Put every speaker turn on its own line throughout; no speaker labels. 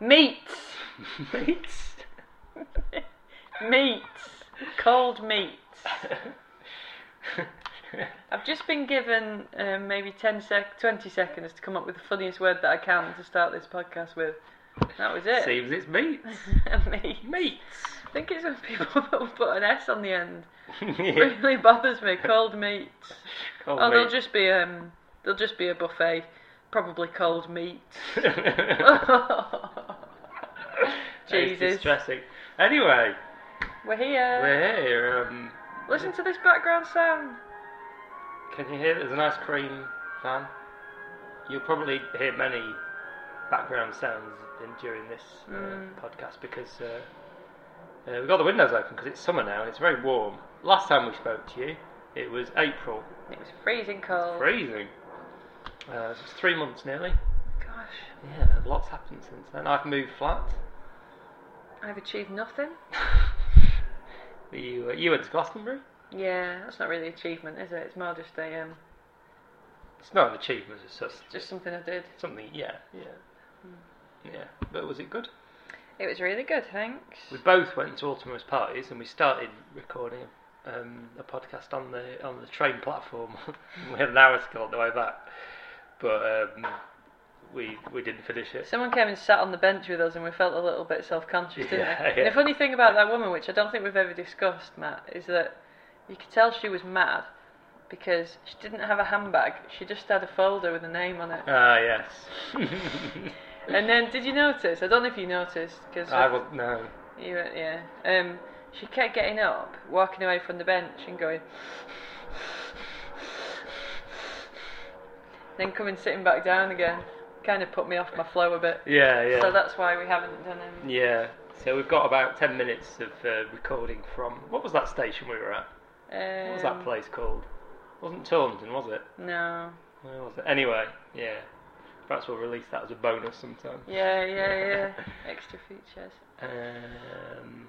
Meats.
Meats?
Meats. Cold meats. I've just been given um, maybe 10 sec- 20 seconds to come up with the funniest word that I can to start this podcast with. That was it.
Seems it's meats.
Meat.
Meats.
I think it's when people will put an S on the end.
yeah.
Really bothers me. Cold meats.
Cold
Oh, there'll
meat.
just be um, there'll just be a buffet, probably cold meat.
That is
Jesus.
distressing. Anyway,
We're here.
we're here. Um,
Listen to this background sound.
Can you hear? There's an ice cream van. You'll probably hear many background sounds in, during this uh,
Mm.
podcast because uh, uh, we've got the windows open because it's summer now and it's very warm. Last time we spoke to you, it was April,
It was freezing cold.
freezing. Uh, so it's three months nearly.
Gosh,
Yeah, lots happened since then. I've moved flat.
I've achieved nothing.
you uh, you went to Glastonbury.
Yeah, that's not really achievement, is it? It's more just a um,
It's not an achievement, it's just
just something I did.
something. Yeah, yeah, yeah. But was it good?
It was really good, thanks.
We both went to Altamira's parties and we started recording um, a podcast on the on the train platform. we had an hour to go on the way back, but um, we we didn't finish it.
Someone came and sat on the bench with us, and we felt a little bit self-conscious, didn't
Yeah,
we?
yeah.
And the funny thing about that woman, which I don't think we've ever discussed, Matt, is that you could tell she was mad because she didn't have a handbag. She just had a folder with a name on it.
Ah yes,
And then, did you notice? I don't know if you noticed because
I was no.
you, were- yeah. Um, she kept getting up, walking away from the bench, and going. Then coming sitting back down again, kind of put me off my flow a bit.
Yeah yeah
So that's why we haven't done any.
yeah. So we've got about ten minutes of uh, recording from what was that station we were at? What was that
Um,
place called? wasn't Taunton, was it?
No.
Where was it? Anyway, yeah. Perhaps we'll release that as a bonus sometime.
Yeah, yeah, yeah. Extra features.
Um,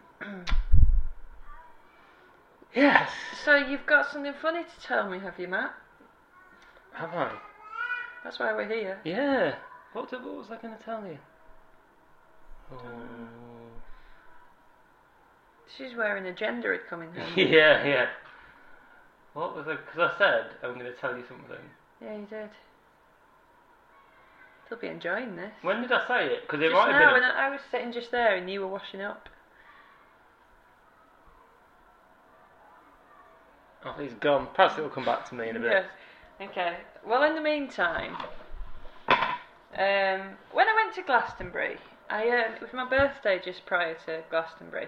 yes.
So you've got something funny to tell me, have you, Matt?
Have I?
That's why we're here.
Yeah. What, did, what was I going to tell you? Oh.
She's wearing a gender at coming home.
yeah, yeah. What was I? Because I said I'm going to tell you something.
yeah, you did. They'll be enjoying this.
When did I say it? Because it
Just
might
now,
have
when
been.
I, I was sitting just there and you were washing up.
Oh, he's gone. Perhaps it'll come back to me in a bit.
Yeah. Okay. Well, in the meantime, um, when I went to Glastonbury, I um, it was my birthday just prior to Glastonbury,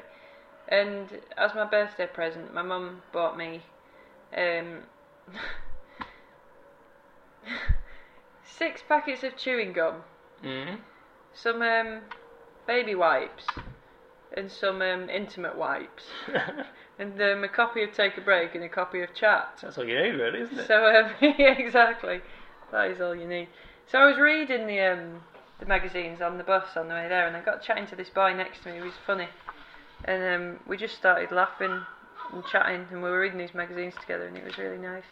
and as my birthday present, my mum bought me um, six packets of chewing gum,
Mm.
some um, baby wipes, and some um, intimate wipes,
Mm-hmm.
and um, a copy of Take a Break and a copy of Chat.
That's all you need, really, isn't it?
So um, yeah, exactly, that is all you need. So I was reading the um, the magazines on the bus on the way there, and I got chatting to this boy next to me who was funny, and um, we just started laughing and chatting, and we were reading these magazines together, and it was really nice.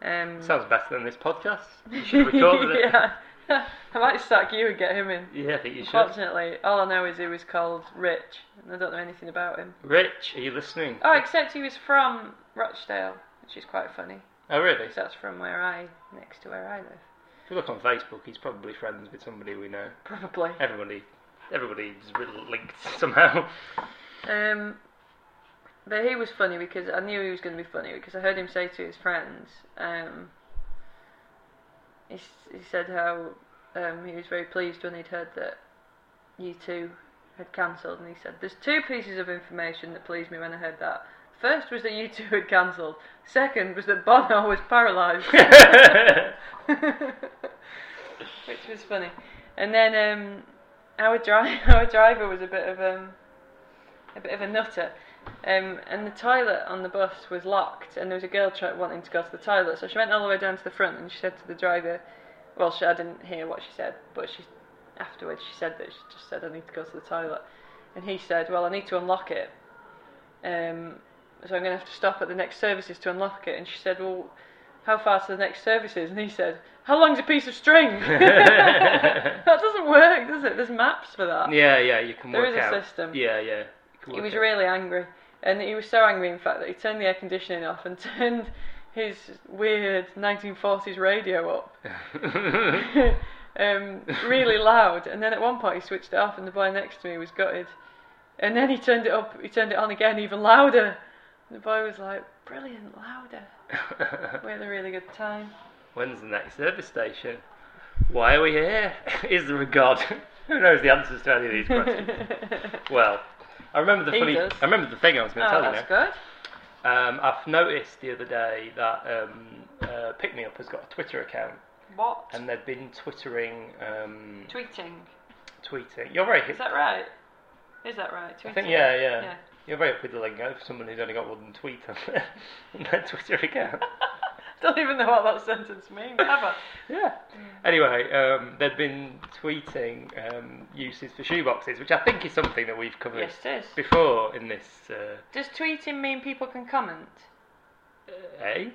Um,
Sounds better than this podcast. You should have recorded it.
yeah, I might sack you and get him in.
Yeah, I think you should.
Unfortunately, all I know is he was called Rich, and I don't know anything about him.
Rich, are you listening?
Oh, except he was from Rochdale, which is quite funny,
oh, really?
because that's from where I, next to where I live.
If you look on Facebook, he's probably friends with somebody we know.
Probably.
Everybody, everybody's really linked somehow.
Um, but he was funny because I knew he was going to be funny because I heard him say to his friends, um, he, s- he said how um, he was very pleased when he'd heard that you two had cancelled, and he said, There's two pieces of information that pleased me when I heard that. First was that you two had cancelled. Second was that Bono was paralysed. which was funny. And then um, our dri our driver was a bit of um, a bit of a nutter, um, and the toilet on the bus was locked, and there was a girl try- wanting to go to the toilet, so she went all the way down to the front, and she said to the driver, well, she, I didn't hear what she said, but she afterwards she said that she just said I need to go to the toilet, and he said, well, I need to unlock it. Um, so I'm going to have to stop at the next services to unlock it. And she said, well, how far to the next service is? And he said, how long's a piece of string? that doesn't work, does it? There's maps for that.
Yeah, yeah, you can
There
work
is a
out.
system.
Yeah, yeah. you can
He
work
was
out.
really angry, and he was so angry, in fact, that he turned the air conditioning off and turned his weird 1940s radio up, um, really loud. And then at one point he switched it off, and the boy next to me was gutted. And then he turned it up, he turned it on again, even louder. And the boy was like, "Brilliant, louder." We had a really good time.
When's the next service station? Why are we here? Is there a God? Who knows the answers to any of these questions? well, I remember the
He
funny.
does.
I remember the thing I was going to
oh,
tell you.
that's good.
Now. Um, I've noticed the other day that um, uh, Pick Me Up has got a Twitter account,
What?
and they've been twittering, um,
Tweeting.
tweeting. You're very hip.
Is that right? Is that right? Tweeting.
I think yeah, yeah,
Yeah.
You're very up with the lingo for someone who's only got one tweet on their, on their Twitter account.
Don't even know what that sentence means, have I?
Yeah. Anyway, um, they've been tweeting um, uses for shoeboxes, which I think is something that we've covered
Yes, it is.
before in this. Uh,
Does tweeting mean people can comment?
eh?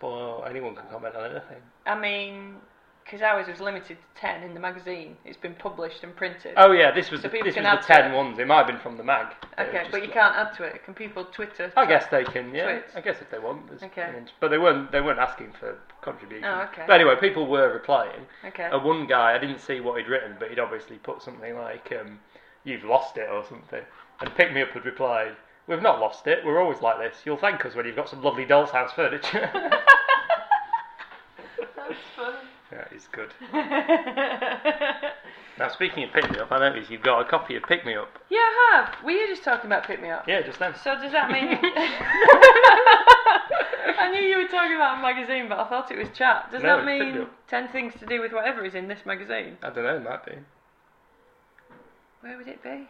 Well, anyone can comment on anything.
I mean, because ours was limited to 10 in the magazine. It's been published and printed.
Oh yeah, this was
So
the,
people
this was
can
the
add to
ten
it.
ones. It might have been from the mag. They were
okay,
just
but you
like-
can't add to it. Can people Twitter?
I guess they can, yeah.
Tweets.
I guess if they want. there's
Okay.
an int- But they weren't. They weren't asking for contributions.
Oh, okay.
But anyway, people were replying.
Okay.
And one guy, I didn't see what he'd written, but he'd obviously put something like, um, "You've lost it" or something. And pick me up had replied, "We've not lost it. We're always like this. You'll thank us when you've got some lovely doll's house furniture."
That's funny.
that is good.
yeah,
Now speaking of pick me up, I noticed you've got a copy of Pick Me Up.
I have. Were you just talking about Pick Me Up?
Yeah, just then.
So does that mean... I knew you were talking about a magazine, but I thought it was chat. Does
No,
that
it's Pick Me
mean
Up.
10 things to do with whatever is in this magazine?
I don't know. Might be.
Where would it be?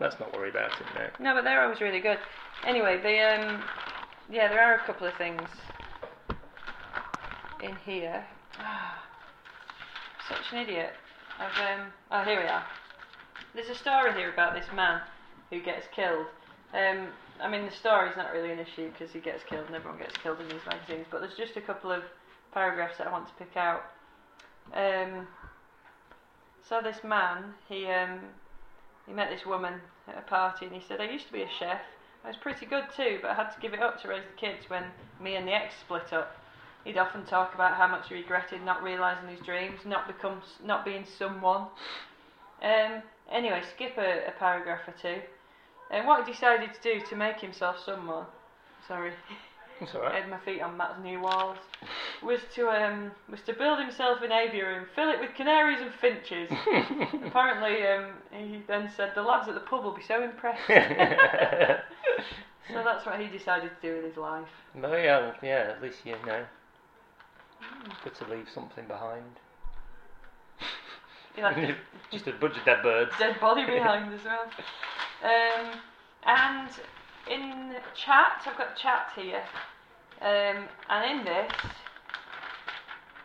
Let's not worry about it now.
No, but they're always really good. Anyway, they um, yeah, there are a couple of things in here. Such an idiot. I've um, oh here we are. There's a story here about this man who gets killed. Um, I mean the story's not really an issue because he gets killed and everyone gets killed in these magazines. But there's just a couple of paragraphs that I want to pick out. Um, so this man, he um, he met this woman at a party and he said, I used to be a chef. I was pretty good too, but I had to give it up to raise the kids when me and the ex split up. He'd often talk about how much he regretted not realising his dreams, not become, not being someone. Um, anyway, skip a, a paragraph or two. And what he decided to do to make himself someone, sorry,
It's all right.
had my feet on Matt's new walls, was to um, was to build himself an aviary and fill it with canaries and finches. Apparently, um, he then said the lads at the pub will be so impressed. so that's what he decided to do with his life.
No, yeah, yeah. At least you know. It's good to leave something behind.
He left
Just a bunch of dead birds.
a dead body behind as well. Um, and in chat, I've got chat here, um, and in this,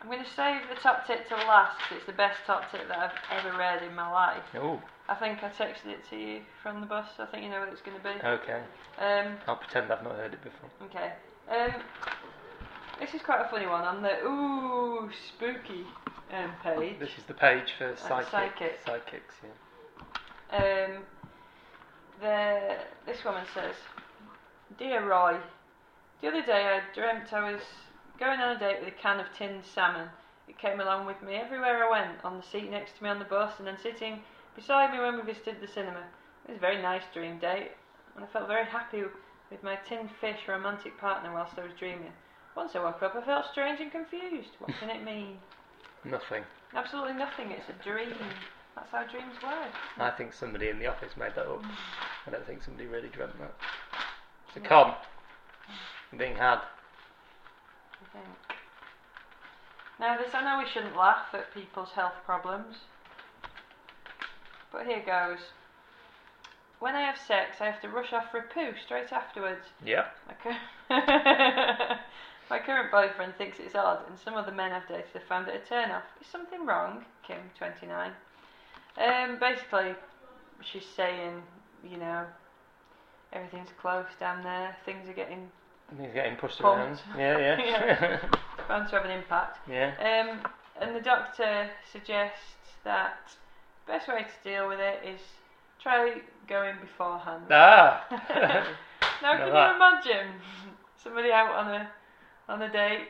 I'm going to save the top tip till last 'cause it's the best top tip that I've ever read in my life.
Oh,
I think I texted it to you from the bus. I think you know what it's going to be.
okay.
Um,
I'll pretend I've not heard it before.
okay. Um, this is quite a funny one on the ooh spooky um,
This
page.
is the page for psychic,
psychic.
psychics. Yeah.
Um, the this woman says, "Dear Roy, the other day I dreamt I was going on a date with a can of tinned salmon. It came along with me everywhere I went, on the seat next to me on the bus, and then sitting beside me when we visited the cinema. It was a very nice dream date, and I felt very happy with my tinned fish romantic partner whilst I was dreaming. Once I woke up, I felt strange and confused. What can it mean?
Nothing.
Absolutely nothing. It's a dream. That's how dreams work.
I think somebody in the office made that up. I don't think somebody really dreamt that. It's a
No.
con. Being had.
I think. Now, this I know we shouldn't laugh at people's health problems, but here goes. When I have sex, I have to rush off for a poo straight afterwards.
Yeah.
My, cur- My current boyfriend thinks it's odd, and some of the men I've dated have found it a turn off. Is something wrong? Kim, 29. Um, basically, she's saying, you know, everything's close down there, things are getting
And he's getting pushed
Pumped.
around. Yeah, yeah.
Bound to have an impact.
yeah.
Um, and the doctor suggests that the best way to deal with it is try going beforehand.
Ah!
now,
Now
can
that-
you imagine somebody out on a on a date?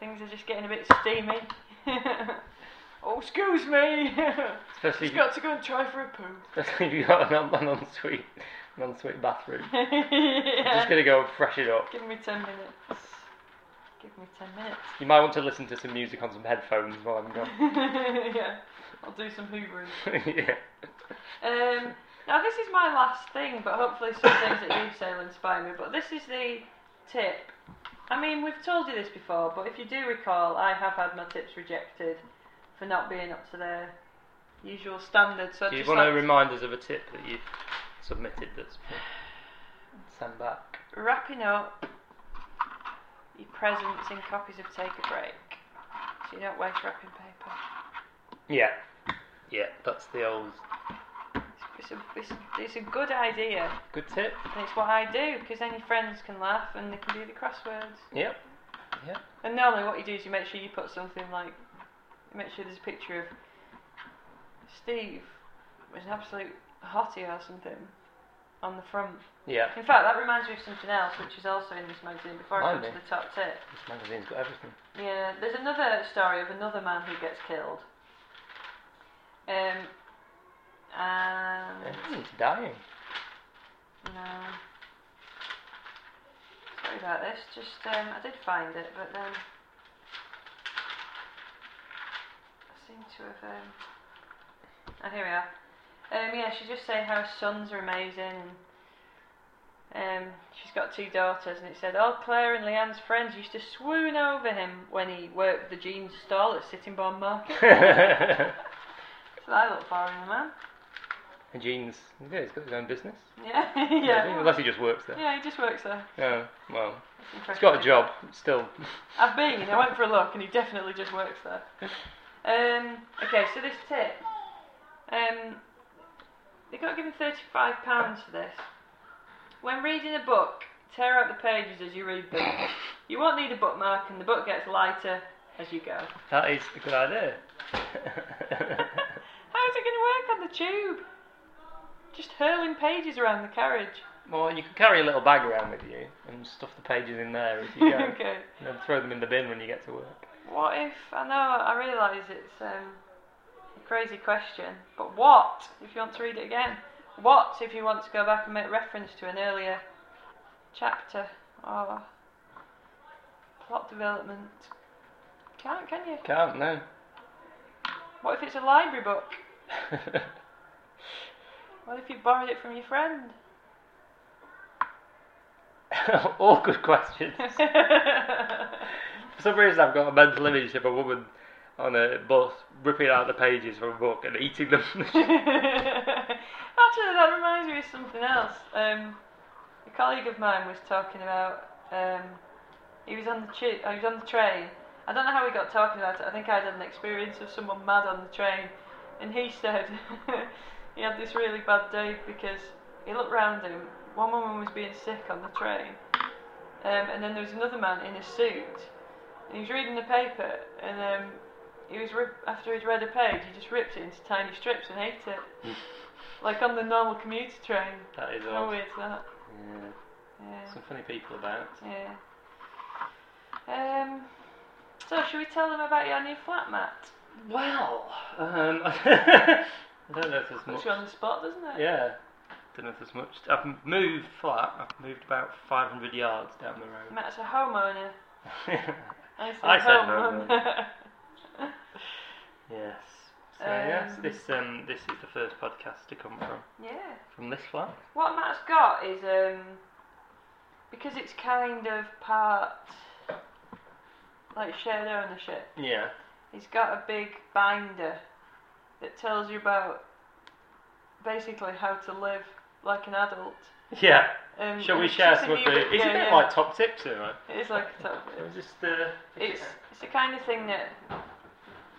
Things are just getting a bit steamy. oh, excuse me.
especially,
Just
if you,
got to go and try for a poo.
especially if you've got an, an ensuite, an ensuite bathroom. I'm
yeah.
just going to go and freshen up.
Give me ten minutes. Give me ten minutes.
You might want to listen to some music on some headphones while I'm gone.
yeah. I'll do some hoovering.
yeah.
Um, now this is my last thing, but hopefully some things that you say will inspire me. But this is the tip. I mean, we've told you this before, but if you do recall, I have had my tips rejected for not being up to their usual standard. So I'd
Do you
just
want
like
to remind us of a tip that you submitted that's sent back?
wrapping up your presents in copies of Take a Break, so you don't waste wrapping paper.
Yeah. Yeah, that's the old
It's, it's, a, it's, it's a good idea,
good tip.
and it's what I do because then your friends can laugh and they can do the crosswords.
Yep.
And normally, what you do is you make sure you put something like, you make sure there's a picture of Steve, was an absolute hottie or something, on the front.
Yeah.
In fact, that reminds me of something else, which is also in this magazine. Before I go to
Blimey.
the top tip,
This magazine's got everything.
yeah, there's another story of another man who gets killed. Um, and
Everything's dying.
no, sorry about this. Just um, I did find it, but then I seem to have. Um... Oh, here we are. Um, yeah, she's just saying how her sons are amazing. Um, she's got two daughters, and it said, "Oh, Claire and Leanne's friends used to swoon over him when he worked the jeans stall at Sittingbourne Market."
and
so I look for in the man.
Jean's, yeah, he's got his own business.
Yeah,
maybe,
yeah.
Unless he just works there.
Yeah, he just works there.
Oh, well.
It's
He's
impressive.
got a job, still.
I've been. I went for a look, and he definitely just works there. Um, okay, so this tip. Um, they got given thirty-five pounds for this. When reading a book, tear out the pages as you read them. You won't need a bookmark, and the book gets lighter as you go.
That is a good idea.
How is it going to work on the tube? Just hurling pages around the carriage.
well, you can carry a little bag around with you and stuff the pages in there as you go. and
okay.
then throw them in the bin when you get to work.
What if I know? I realise it's um, a crazy question, but what if you want to read it again? What if you want to go back and make reference to an earlier chapter or plot development? Can't can you?
Can't, no.
What if it's a library book? What if you borrowed it from your friend?
All good questions. For some reason, I've got a mental image of a woman on a bus ripping out the pages from a book and eating them.
Actually, that reminds me of something else. Um, a colleague of mine was talking about. Um, he was on the chi- oh, he was on the train. I don't know how we got talking about it. I think I had an experience of someone mad on the train, and he said he had this really bad day because he looked round him. One woman was being sick on the train, um, and then there was another man in a suit, and he was reading the paper, and um, he was rip- after he'd read a page, he just ripped it into tiny strips and ate it, like on the normal commuter train.
that is
How
Hmm. odd.
weird is that?
Yeah.
Yeah.
Some funny people about.
Yeah. Um. So, should we tell them about your new flat, Matt?
Well, um, I don't know if there's
Puts
much.
you on the spot, doesn't it?
Yeah, don't know if there's much. I've moved flat. I've moved about 500 yards down the road.
Matt's a homeowner. I said,
I said
homeowner.
yes. So
Um,
yes, this um, this is the first podcast to come from
yeah.
from this flat.
What Matt's got is um, because it's kind of part like shared ownership.
Yeah.
He's got a big binder that tells you about basically how to live like an adult.
Yeah.
Um,
Shall
and
we
it's
share
just a
some of
new
the?
bit-
It's
yeah,
a bit
yeah.
like top tips, isn't it?
It is like a top.
It was just uh,
It's it's the kind of thing that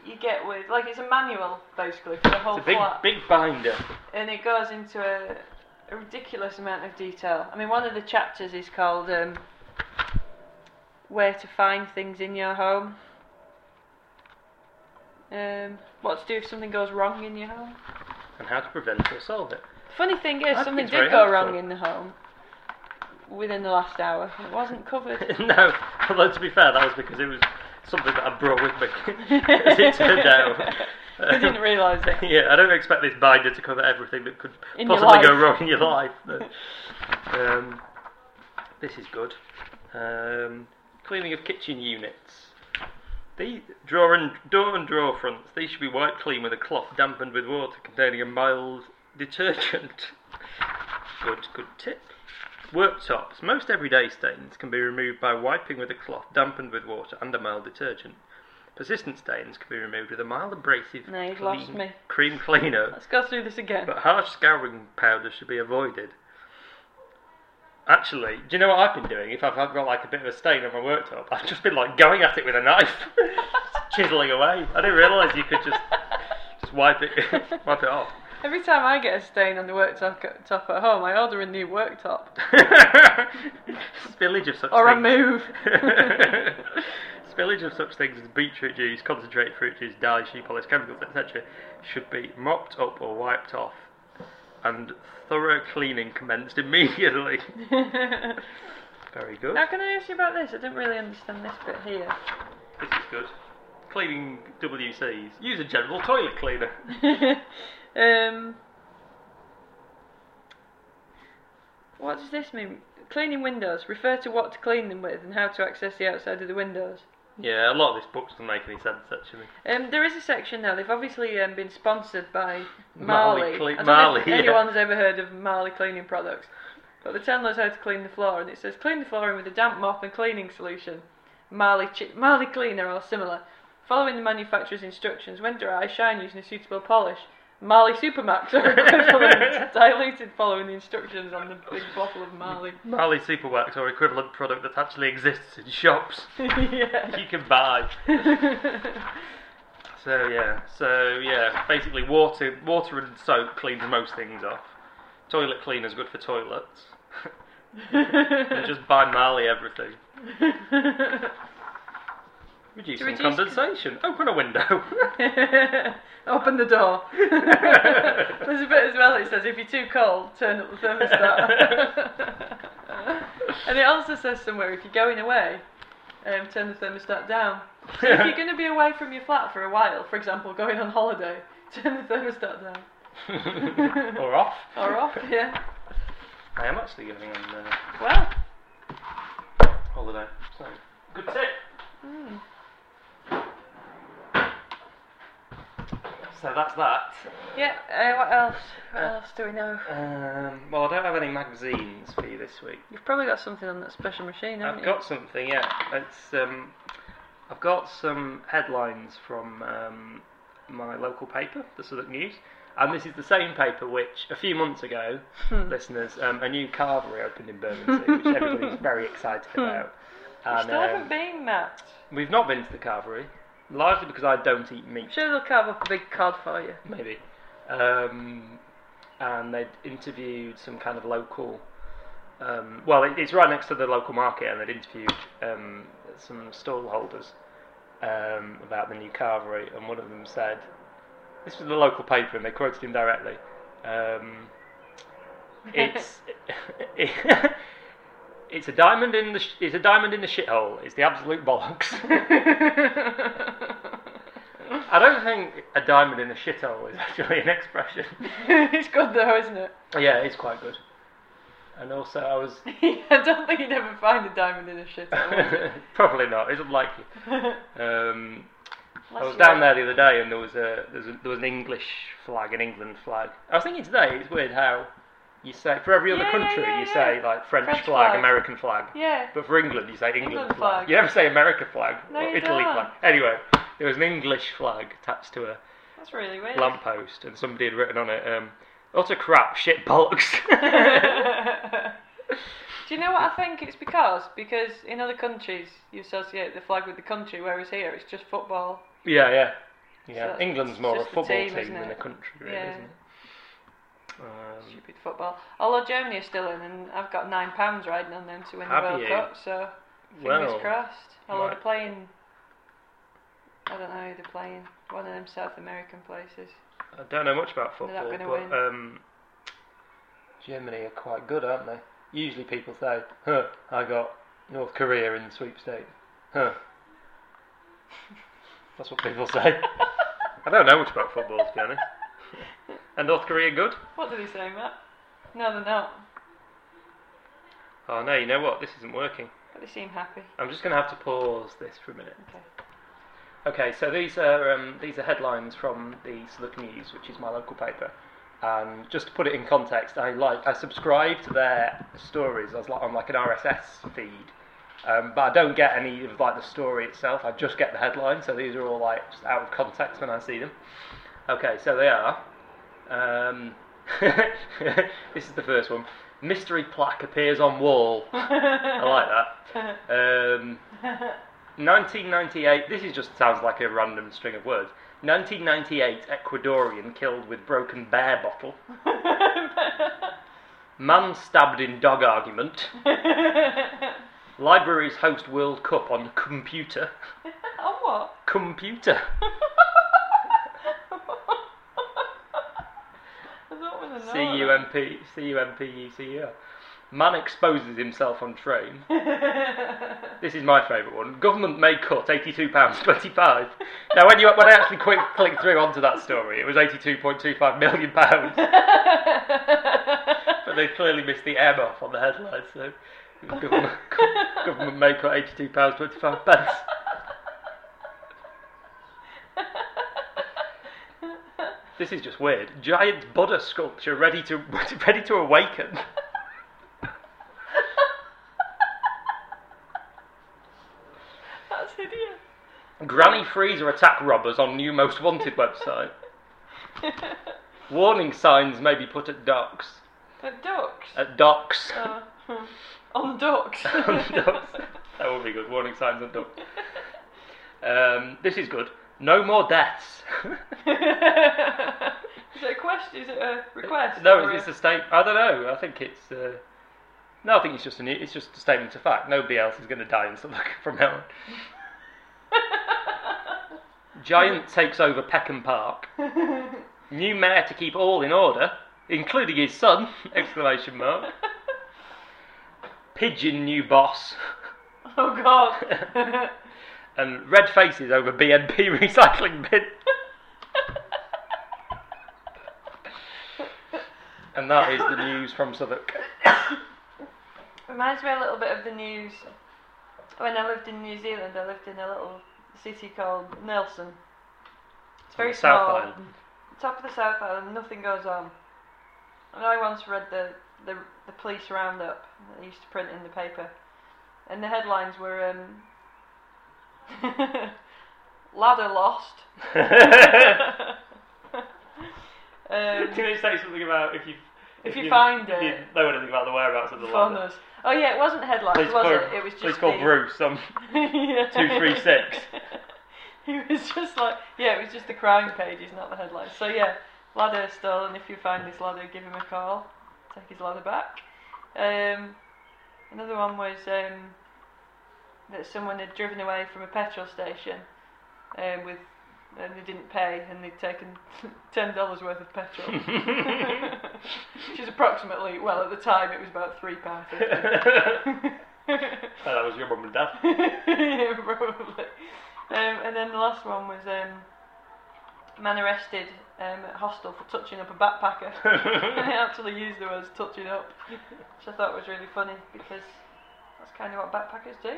you get with like it's a manual basically for the whole
it's a big
plot,
big binder.
and it goes into a, a ridiculous amount of detail. I mean, one of the chapters is called um, where to find things in your home. Um, what to do if something goes wrong in your home.
and how to prevent or solve it.
Funny thing
I
is,
think
something
it's very
did go wrong
helpful.
in the home within the last hour. It wasn't covered.
no, although to be fair, that was because it was something that I brought with me, as it turned out.
I didn't realise it.
yeah, I don't expect this binder to cover everything that could
In your
possibly go
life.
wrong in your life. but, um, this is good. Um, cleaning of kitchen units. The drawer and door and drawer fronts. These should be wiped clean with a cloth dampened with water containing a mild detergent. Good, good tip. Worktops. Most everyday stains can be removed by wiping with a cloth dampened with water and a mild detergent. Persistent stains can be removed with a mild abrasive
No, you've
clean-
lost me.
cream cleaner,
Let's go through this again.
but harsh scouring powder should be avoided. Actually, do you know what I've been doing? If I've had got like a bit of a stain on my worktop, I've just been like going at it with a knife, chiseling away. I didn't realise you could just just wipe it wipe it off.
Every time I get a stain on the worktop top at home, I order a new worktop
Spillage of such
or a
things.
move.
Spillage of such things as beetroot juice, concentrated fruit juice, dye, shea polish, chemicals, etc., should be mopped up or wiped off, and thorough cleaning commenced immediately.
now,
Very good.
can I ask you about this? I didn't really understand this bit here.
This is good. Cleaning WCs. Use a general toilet cleaner.
um, what does this mean? Cleaning windows. Refer to what to clean them with and how to access the outside of the windows.
Yeah, a lot of this book doesn't make any sense actually.
Um, there is a section now. They've obviously um, been sponsored by
Marley
Marley.
Cle-
I don't
Marley,
know if
yeah.
anyone's ever heard of Marley cleaning products, but they're telling us how to clean the floor, and it says clean the flooring with a damp mop and cleaning solution, Marley chi- Marley cleaner or similar. Following the manufacturer's instructions, when dry, shine using a suitable polish. Marley Supermax or equivalent, diluted following the instructions on the big bottle of Marley.
Marley Superwax or equivalent product that actually exists in shops
yeah.
you can buy. So yeah, so yeah, basically water, water and soap cleans most things off. Toilet cleaner's good for toilets. and just buy Marley everything. Reducing
reduce
condensation. Open a window.
Open the door. There's a bit as well that says if you're too cold, turn up the thermostat. and it also says somewhere if you're going away, um, turn the thermostat down. So if you're going to be away from your flat for a while, for example, going on holiday, turn the thermostat down.
or off.
Or off, yeah.
I am actually going on uh,
Well,
holiday. So good tip.
mm,
So that's that.
yeah. Uh, what else? What else do we know?
Um, well, I don't have any magazines for you this week.
You've probably got something on that special machine, haven't
I've
you?
got something, yeah. It's um, I've got some headlines from um, my local paper, the Southwark News, and this is the same paper which a few months ago,
Hmm.
listeners, um, a new carvery opened in Bermondsey, which everybody's very excited about.
You
And
Hmm. still haven't
um,
been, Matt.
we've not been to the carvery, largely because I don't eat meat,
I'm sure they'll carve up a big cod for you.
maybe. Um, and they interviewed some kind of local um, well, it, it's right next to the local market, and they'd interviewed um, some stall holders um, about the new carvery, and one of them said, "This was the local paper, and they quoted him directly." Um, it's it's a diamond in the sh- it's a diamond in the shithole. It's the absolute bollocks. I don't think a diamond in a shithole is actually an expression.
it's good though, isn't it?
yeah, it's quite good. And also, I was
I don't think you'd ever find a diamond in a shithole.
Probably not. It's unlikely.
Unless
Um, I was
you
down
like-
there the other day, and there was a, there was a there was an English flag, an England flag. I was thinking today, it's weird how you say for every other
Yeah, yeah,
country
yeah,
you
yeah.
say like French,
French
flag,
flag.
American flag,
Yeah.
but for England you say England,
England
flag.
flag.
You never say America flag
No,
or
you
Italy
don't.
flag. Anyway, there was an English flag attached to a
That's really weird.
lamppost, and somebody had written on it, um, "Utter crap, shit bollocks."
Do you know what I think it's because? Because in other countries you associate the flag with the country, whereas here it's just football.
Yeah, yeah.
So
Yeah,
that's
England's
just-
more a
just the
football
team,
team,
isn't
than a
it?
country, really,
Yeah.
isn't it? Um,
Stupid football. Although Germany is still in and I've got nine pounds riding on them to win
Have
the World
you?
Cup, so Fingers
Well,
crossed. Or
right.
they're playing. I don't know who they're playing. One of them South American places.
I don't know much about
They're not
football,
gonna win.
but um, Germany are quite good, aren't they? Usually people say, huh, I got North Korea in the sweepstakes. Huh. That's what people say. I don't know much about football, to be honest. And North Korea good?
What did he say, Matt? No, they're not.
Oh no, you know what? This isn't working.
But they seem happy.
I'm just going to have to pause this for a minute.
Okay.
Okay, so these are um, these are headlines from the Southwark News, which is my local paper. And just to put it in context, I like I subscribe to their stories. I was like on like an RSS feed, um, but I don't get any of like the story itself. I just get the headline. So these are all like just out of context when I see them. Okay, so they are. Um, this is the first one. Mystery plaque appears on wall. I like that. Um, 1998. This is just sounds like a random string of words. 1998 Ecuadorian killed with broken beer bottle. Man stabbed in dog argument. Libraries host World Cup on computer.
On what?
Computer.
I thought it was
C U M P C U M P U C U R. Man exposes himself on train.
another.
This is my favourite one. Government may cut eighty-two pounds twenty-five. Now, when you when I actually quick clicked through onto that story, it was eighty-two point two five million pounds. But they clearly missed the M off on the headline, so it was government, government may cut eighty-two pounds twenty-five pence. This is just weird. Giant Buddha sculpture ready to ready to awaken.
That's hideous.
Granny freezer attack robbers on new most wanted website. Warning signs may be put at docks.
The ducks.
At docks.
Uh, on ducks.
ducks. That would be good. Warning signs at docks. Um, this is good. No more deaths.
is it a question? Is it a request?
No,
or
it's a statement. I don't know. I think it's. Uh, no, I think it's just an. It's just a statement of fact. Nobody else is going to die in Suffolk from now on. Giant takes over Peckham Park. New mayor to keep all in order, including his son! Exclamation mark. Pigeon new boss.
Oh God.
And red faces over BNP recycling bin. and that is the news from Southwark.
Reminds me a little bit of the news. When I lived in New Zealand, I lived in a little city called Nelson. It's very
On the South
small.
Island.
Top of the South Island, nothing goes on. And I once read the, the, the police roundup that they used to print in the paper. And the headlines were um, Ladder lost. um,
Can you say something about if you
If you find
if
it.
you know anything about the whereabouts of the
phone
ladder?
us. Oh yeah, it wasn't headlines,
Please
was
call,
it? It was just
please call
the-
Bruce. Um,
Yeah.
236.
he was just like, yeah, it was just the crime pages, not the headlines. So yeah, ladder stolen. If you find this ladder, give him a call. Take his ladder back. Um, another one was um, that someone had driven away from a petrol station um, with, and they didn't pay, and they'd taken ten dollars worth of petrol, which is approximately, well, at the time it was about three pounds.
Oh, Uh, that was your mum and dad.
yeah, probably. Um, and then the last one was um, man arrested um, at hostel for touching up a backpacker. and they actually used the words touching up, which I thought was really funny because that's kind of what backpackers do.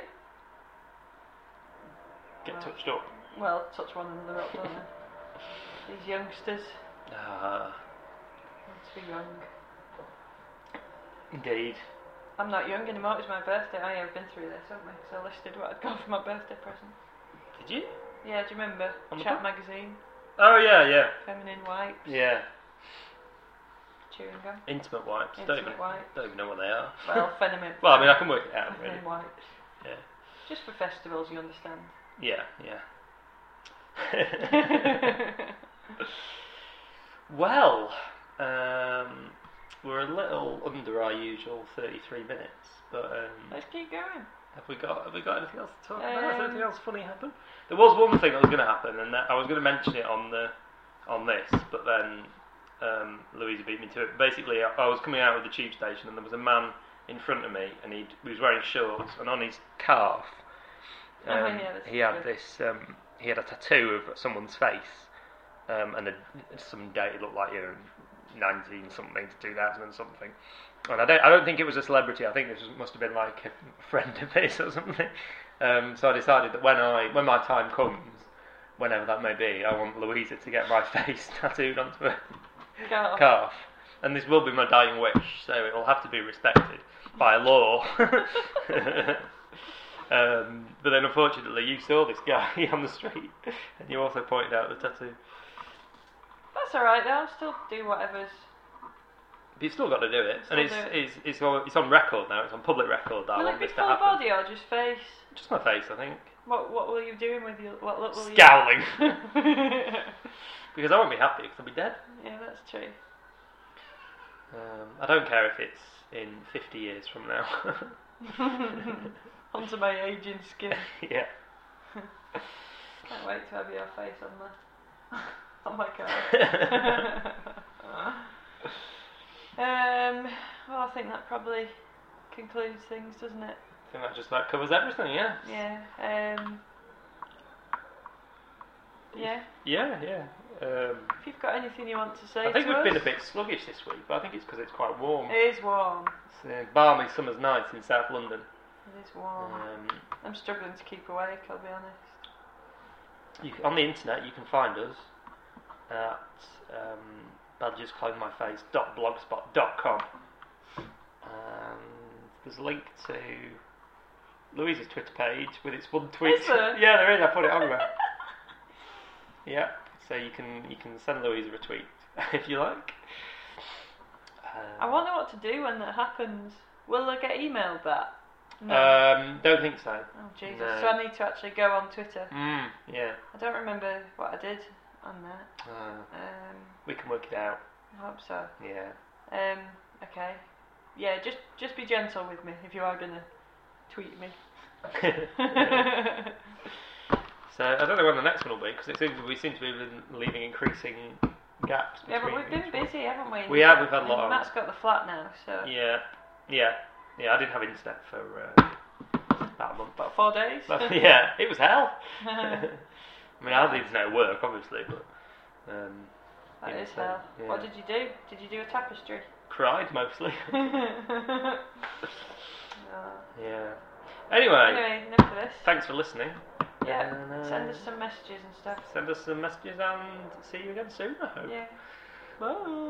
Get touched up.
Well, touch one another up, don't they? These youngsters,
Ah,
they're too young.
indeed.
I'm not young anymore, it was my birthday. I have been through this, haven't we? So I listed what I'd got for my birthday present.
Did you?
Yeah, do you remember?
On the
Chat
book?
magazine,
Oh yeah, yeah,
feminine wipes,
yeah.
chewing gum.
Intimate wipes. don't
Intimate
even
wipes.
don't even know what they are.
Well, feminine.
Well, I mean, I can work it out really.
Feminine wipes.
Yeah,
Just for festivals, you understand.
yeah, yeah. Well, um, we're a little under our usual 33 minutes, but um,
Let's keep going.
Have we got Have we got anything else to talk about? Has
Um,
anything else funny happened? There was one thing that was going to happen, and that I was going to mention it on the on this, but then um, Louisa beat me to it. Basically, I, I was coming out of the tube station, and there was a man in front of me, and he'd, he was wearing shorts, and on his calf,
Oh,
um,
yeah, that's
he had
good.
this um, he had a tattoo of someone's face, um, and a, some date it looked like you know nineteen something to two thousand and something. And I don't, I don't think it was a celebrity. I think this was, must have been like a friend of his or something. Um, so I decided that when I, when my time comes, whenever that may be, I want Louisa to get my face tattooed onto her
God.
calf. And this will be my dying wish, so it will have to be respected by law. um, but then, unfortunately, you saw this guy on the street, and you also pointed out the tattoo.
That's alright though, I'll still do whatever's.
But you've still got to do it,
Still
and it's,
do it.
it's it's on it's on record now. It's on public record that I
will
want
it be
this to
full
happen.
body or just face?
Just my face, I think.
What what will you be doing with your. What look will
Scowling,
you.
because I won't be happy because I'll be dead.
yeah, that's true.
Um, I don't care if it's in 50 years from now.
Onto my aging skin.
yeah.
Can't wait to have your face on the on my car. um, well, I think that probably concludes things, doesn't it?
I think that just about covers everything, yeah.
Yeah. Um, yeah.
Yeah, yeah. Um,
If you've got anything you want to say
I think
to
we've
us,
been a bit sluggish this week, but I think it's because it's quite warm.
It is warm.
It's a balmy summer's night in South London.
It is warm.
Um,
I'm struggling to keep awake. I'll be honest.
you, c- on the internet, you can find us at um, badgersclaimmyface.blogspot.com. And Um, there's a link to Louise's Twitter page with its one tweet.
Is there?
Yeah, there is. I put it on there. Yeah, so you can you can send Louisa a tweet if you like. Um,
I wonder what to do when that happens. Will I get emailed that? No.
Um, don't think so.
oh Jesus!
no.
So I need to actually go on Twitter.
Mm, yeah,
I don't remember what I did on that.
uh,
Um,
we can work it out.
I hope so.
Yeah,
Um, okay. Yeah, just just be gentle with me if you are gonna tweet me.
so I don't know when the next one will be because it seems we seem to be been leaving increasing gaps.
yeah, but
Between
we've been
each one.
busy, haven't we?
We have, we've had a lot
And
on.
Matt's got the flat now, so
Yeah, yeah, yeah. I didn't have internet for uh, about a month.
about
But
four days.
but yeah, it was hell. I mean, I had internet at work, obviously, but um,
that
Yeah,
is
so,
hell.
yeah.
What did you do? Did you do a tapestry?
cried mostly.
Oh.
yeah. Anyway,
Anyway, enough of this.
thanks for listening.
Yeah,
And, uh,
Send us some messages and stuff.
Send us some messages and see you again soon, I hope.
Yeah.
Bye.